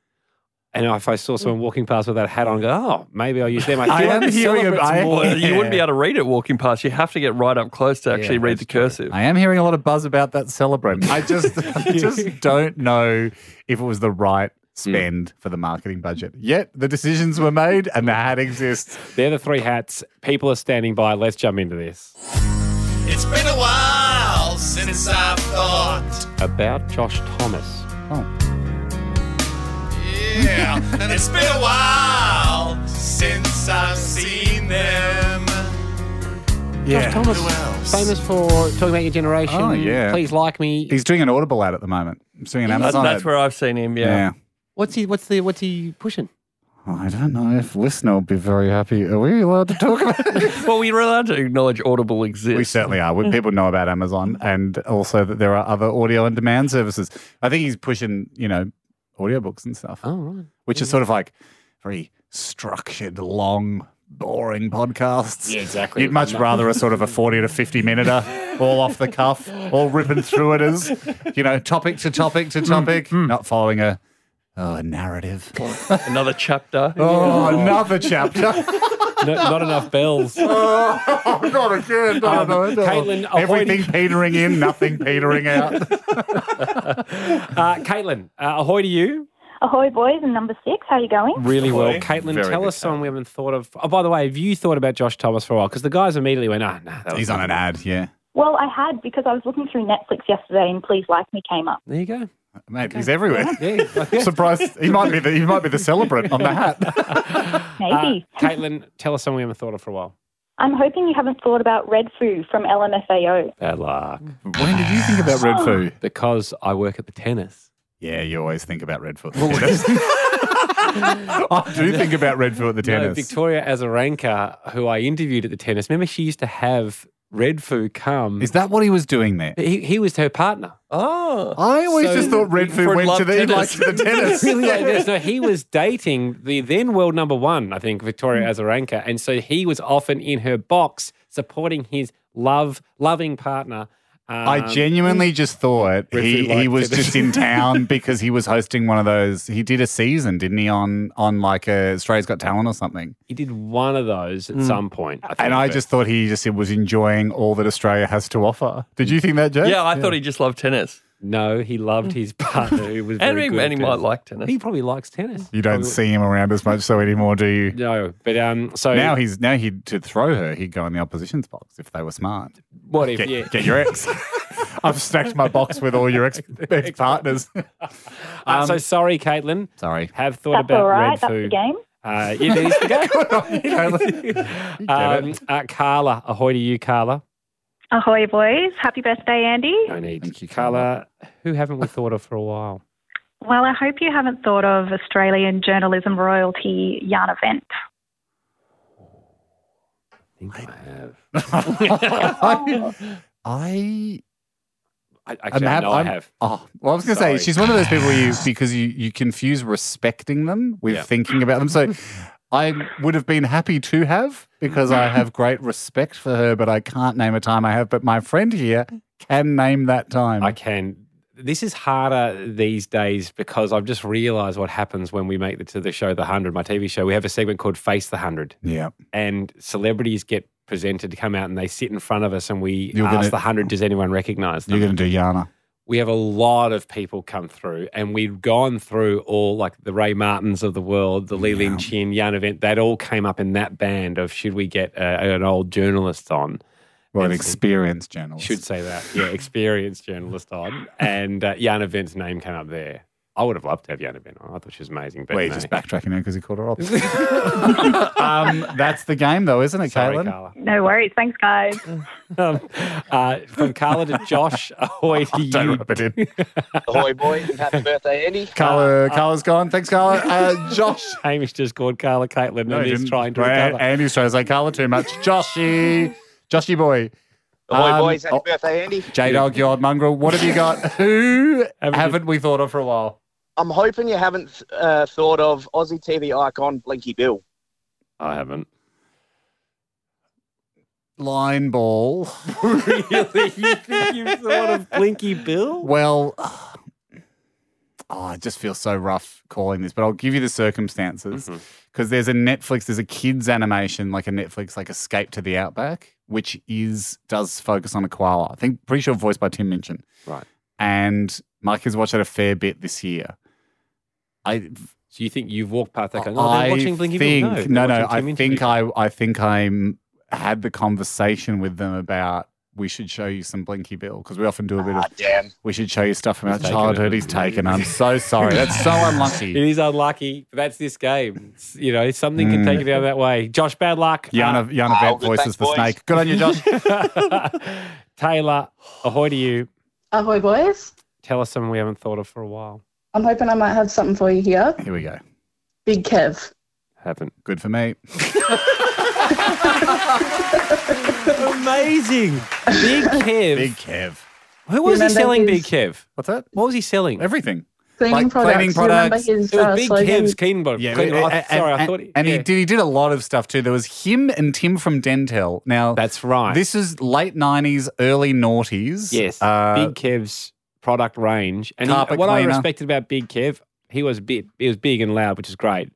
S8: And if I saw someone walking past with that hat on, I go, oh, maybe
S4: (laughs)
S8: I'll use them. I,
S4: I
S8: feel like
S4: am
S8: the
S4: hearing
S8: celebrants
S4: about- I-
S8: more-
S5: Well, You
S4: Yeah.
S5: wouldn't be able to read it walking past. You have to get right up close to actually read the cursive.
S4: I am hearing a lot of buzz about that celebrant. I (laughs) just I just don't know if it was the right spend for the marketing budget. Yet the decisions were made and the hat exists.
S8: They're the three hats. People are standing by. Let's jump into this.
S2: It's been a while since I've thought.
S8: About Josh Thomas.
S4: Oh.
S3: (laughs)
S2: Yeah, and it's been a while since I've seen them.
S8: Josh Thomas,
S2: Who else?
S8: famous for talking about your generation.
S4: Oh, yeah.
S8: Please like me.
S4: He's doing an Audible ad at the moment. He's doing an
S5: That-
S4: Amazon
S5: That's
S4: ad.
S5: where I've seen him. Yeah.
S4: yeah.
S8: what's he? What's the? What's he pushing?
S4: I don't know if listener will be very happy. Are we allowed to talk about it?
S5: well, we're allowed to acknowledge Audible exists.
S4: we certainly are.
S3: Mm-hmm.
S4: We- People know about Amazon and also that there are other audio on demand services. I think he's pushing, you know, audiobooks and stuff,
S3: Oh, right.
S4: which is sort of like very structured, long, boring podcasts.
S3: Yeah, exactly.
S4: You'd much rather a sort of a 40 to 50 minute
S3: (laughs)
S4: all off the cuff, all ripping through it as, you know, topic to topic
S3: Mm,
S4: to topic, not following a, oh, a narrative.
S5: Another chapter.
S3: (laughs)
S4: Oh, another chapter.
S3: No, (laughs) not enough
S8: (laughs)
S3: bells.
S8: Uh,
S4: Oh, not again. No,
S3: Um,
S4: no, no.
S3: Caitlin, avoiding-
S4: Everything petering in,
S3: (laughs)
S4: nothing petering out.
S3: Uh, Caitlin, uh, ahoy to you.
S11: Ahoy, boys, and number six. How are you going?
S3: Really well. Caitlin,
S4: Very
S3: tell
S4: good,
S3: us someone we haven't thought of. Oh, by the way, have you thought about Josh Thomas for a while? Because the guys immediately went, ah, nah, that was
S4: He's on an ad, yeah.
S11: Well, I had because I was looking through Netflix yesterday, and Please Like Me came up.
S3: There you go.
S4: Mate, he's everywhere.
S3: Yeah.
S4: (laughs) Surprised he might be the he might be the celebrant on the hat.
S3: Uh,
S11: Maybe.
S3: Caitlin, tell us someone we haven't thought of for a while.
S11: I'm hoping you haven't thought about Red Foo from LMFAO.
S3: Bad luck.
S4: When did you think about Red
S3: Oh.
S4: Foo?
S3: Mm. Because I work at the tennis.
S4: Yeah, you always think about Red Foo. (laughs) at the tennis. I do think about Red Foo at the
S3: No,
S4: tennis.
S3: Victoria Azarenka, who I interviewed at the tennis, remember she used to have Red Foo come.
S4: Is that what he was doing there?
S3: he, he was her
S4: (laughs)
S3: partner.
S5: Oh.
S4: I always
S3: So-
S4: just thought Red Foo
S5: For
S4: went
S5: love
S4: to the he
S5: tennis.
S4: liked the
S3: (laughs)
S4: tennis.
S3: Really like this. No, he was dating the then world number one, I think,
S4: Mm.
S3: Victoria Azarenka. And so he was often in her box supporting his love, loving partner. Um,
S4: I genuinely just thought
S3: Red
S4: he,
S3: Food Light
S4: he was
S3: Fitness. (laughs)
S4: just in town because he was hosting one of those. He did a season, didn't he, on on like a Australia's Got Talent or something.
S3: He did one of those
S4: Mm.
S3: at some point. I think,
S4: And I
S3: but-
S4: just thought he just was enjoying all that Australia has to offer. Did you think that, Jay?
S5: Yeah, I thought he just loved tennis.
S3: No, he loved his partner who
S4: (laughs)
S3: was very
S5: And he,
S3: good at
S5: and he might
S3: tennis.
S5: like tennis.
S3: He probably likes tennis.
S4: You don't
S3: Probably-
S4: see him around as much so anymore, do you?
S3: No, but um, so
S4: Now he's now he to throw her, he'd go in the opposition's box if they were smart.
S3: what if
S4: Get,
S3: yeah,
S4: get your
S3: (laughs)
S4: ex. I've stacked my box with all your ex
S3: (laughs)
S4: ex partners. Um,
S3: I'm Uh,
S4: (laughs)
S3: so sorry, Caitlin.
S4: Sorry.
S3: Have thought
S11: That's
S3: about
S11: all right.
S3: red
S11: That's
S3: food.
S11: the game.
S3: Uh, yeah, there is the game. um, uh, Carla, ahoy to you, Carla.
S11: Ahoy, boys. Happy birthday, Andy.
S3: No need.
S4: Thank you,
S3: Carla. Who haven't we thought of for a while?
S11: Well, I hope you haven't thought of Australian journalism royalty yarn event.
S3: I think I have. (laughs)
S4: (laughs) I, I
S3: I, actually, I
S4: hap-
S3: know I have.
S4: Oh, well, I was going to say
S3: Sorry.
S4: she's one of those people
S3: (laughs)
S4: you because you you confuse respecting them with
S3: Yeah.
S4: thinking about them. So I would have been happy to have because I have great respect for her, but I can't name a time I have. But my friend here can name that time.
S3: I can. This is harder these days because I've just realised what happens when we make it to the show, The 100, my TV show. We have a segment called Face the 100,
S4: yeah,
S3: and celebrities get presented to come out and they sit in front of us and we
S4: You're
S3: ask
S4: gonna-
S3: The 100, does anyone recognise them?
S4: you're going to do Yana.
S3: we have a lot of people come through and we've gone through all like the Ray Martins of the world, the Lee Lin Chin Yan event, that all came up in that band of should we get uh an old journalist on?
S4: Well, an
S3: Yes.
S4: experienced journalist.
S3: Should say that. Yeah, experienced journalist on. And uh, Yan Event's name came up there. I would have loved to have Yan Event on. I thought she was amazing. But
S4: Wait,
S3: no.
S4: just backtracking now because he called
S3: (laughs)
S4: her up. um, that's the game, though, isn't it,
S3: Sorry,
S4: Caitlin?
S3: Carla.
S11: No worries. Thanks, guys.
S3: Um, uh, from Carla to Josh, (laughs) ahoy to
S4: Don't
S3: you.
S4: rub it in.
S9: Ahoy, boys, and happy birthday, Andy.
S3: Uh,
S4: Carla, Carla's gone. Thanks, Carla. Uh, Josh.
S3: Hamish just called Carla Caitlin
S4: No,
S3: and
S4: he
S3: he's
S4: didn't. eh,
S3: trying to
S4: Well,
S3: recover.
S4: And he's trying to say Carla too much. Joshy, Joshy boy.
S9: Ahoy,
S4: Um,
S9: boys, happy
S4: oh.
S9: birthday, Andy.
S4: J Dog, you old mongrel. What have you
S3: (laughs)
S4: got? Who haven't, we thought of for a while?
S9: I'm hoping you haven't uh, thought of Aussie TV icon Blinky Bill.
S3: I
S4: (laughs)
S3: haven't.
S4: Line ball.
S3: really? You think you thought of Blinky Bill?
S4: Well, oh, I just feel so rough calling this, but I'll give you the circumstances
S9: Mm-hmm.
S4: because there's a Netflix, there's a kids animation like a Netflix, like Escape to the Outback, which is does focus on a koala. I think pretty sure voiced by Tim Minchin.
S3: Right.
S4: And my kids watched that a fair bit this year. I
S3: So you think you've walked past that going, oh, they're watching Blinky
S4: think,
S3: Bill?
S4: No,
S3: they're
S4: no,
S3: watching Tim
S4: I
S3: Minchin.
S4: think I, I think I m- had the conversation with them about we should show you some Blinky Bill because we often do a bit of.
S9: Ah, Damn.
S4: We should show you stuff from our
S3: He's taken
S4: childhood.
S3: it.
S4: He's
S3: (laughs)
S4: taken. I'm so sorry. That's so
S3: It
S4: unlucky.
S3: is unlucky, but that's this game. It's- you know, something can
S4: Mm.
S3: take it down that way. Josh, bad luck.
S4: Yana, Yana Vamp
S9: good,
S4: voices
S9: Ah, thanks,
S4: the
S9: boys.
S4: snake. Good on
S9: (laughs)
S4: you, Josh.
S3: Uh, (laughs) Taylor, ahoy to you.
S10: Ahoy, boys.
S3: Tell us something we haven't thought of for a while.
S10: I'm hoping I might have something for you here.
S4: Here we go.
S10: Big Kev.
S3: Haven't.
S4: Good for me.
S3: Amazing.
S10: (laughs)
S3: Big Kev.
S4: Big Kev.
S3: Who was he
S10: Remember
S3: selling, Big
S10: his-
S3: Kev?
S4: What's that?
S3: What was he selling?
S4: Everything.
S10: Cleaning
S4: Like
S10: products.
S4: cleaning
S10: You remember
S4: products.
S10: his
S3: It
S10: uh,
S3: was Big
S10: slogan?
S3: Kev's Keen Bar.
S4: Yeah,
S3: Clean-
S4: and-
S3: I-
S4: and-
S3: Oh, sorry, I
S4: and-
S3: thought he.
S4: and he
S3: yeah.
S4: did. He did a lot of stuff too. There was him and Tim from Dentel. Now
S3: That's right.
S4: This is late nineties, early noughties.
S3: Yes.
S4: Uh,
S3: Big Kev's product range. And he-
S4: Carpet
S3: what I
S4: cleaner.
S3: respected about Big Kev, he was big, he was big and loud, which is great.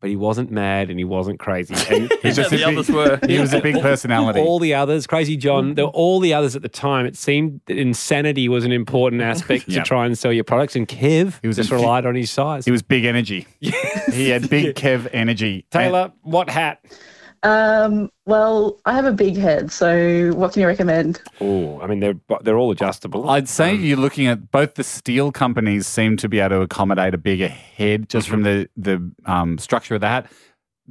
S3: But he wasn't mad and he wasn't
S4: (laughs)
S3: crazy. And
S4: he's just a
S5: the
S4: big-
S5: others were.
S4: He was a big personality.
S3: all the others, Crazy John, there were all the others at the time. It seemed that insanity was an important aspect
S4: (laughs) Yeah.
S3: to try and sell your products. And Kev
S4: He was
S3: just
S4: a-
S3: relied on his size.
S4: he was big energy. He had big Kev energy.
S3: Taylor, what hat?
S12: Um, well, I have a big head, so what can you recommend?
S3: Oh, I mean, they're they're all adjustable.
S4: I'd say you're looking at both the steel companies seem to be able to accommodate a bigger head just from the
S3: Mm-hmm.
S4: the um, structure of the hat.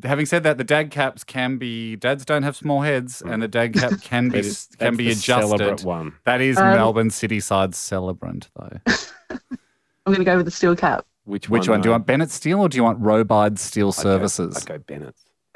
S4: Having said that, the dad caps can be dads don't have small heads, and the dad
S3: (laughs)
S4: cap can be
S3: It Mm. is-
S4: can
S3: that's
S4: be
S3: the
S4: adjusted.
S3: Celebrate one.
S4: That is
S12: Um,
S4: Melbourne city side celebrant though.
S12: I'm going to go with the steel cap.
S3: Which
S4: Which one do you
S3: though?
S4: want, Bennett Steel, or do you want Robide Steel Services?
S3: I'd go Bennett.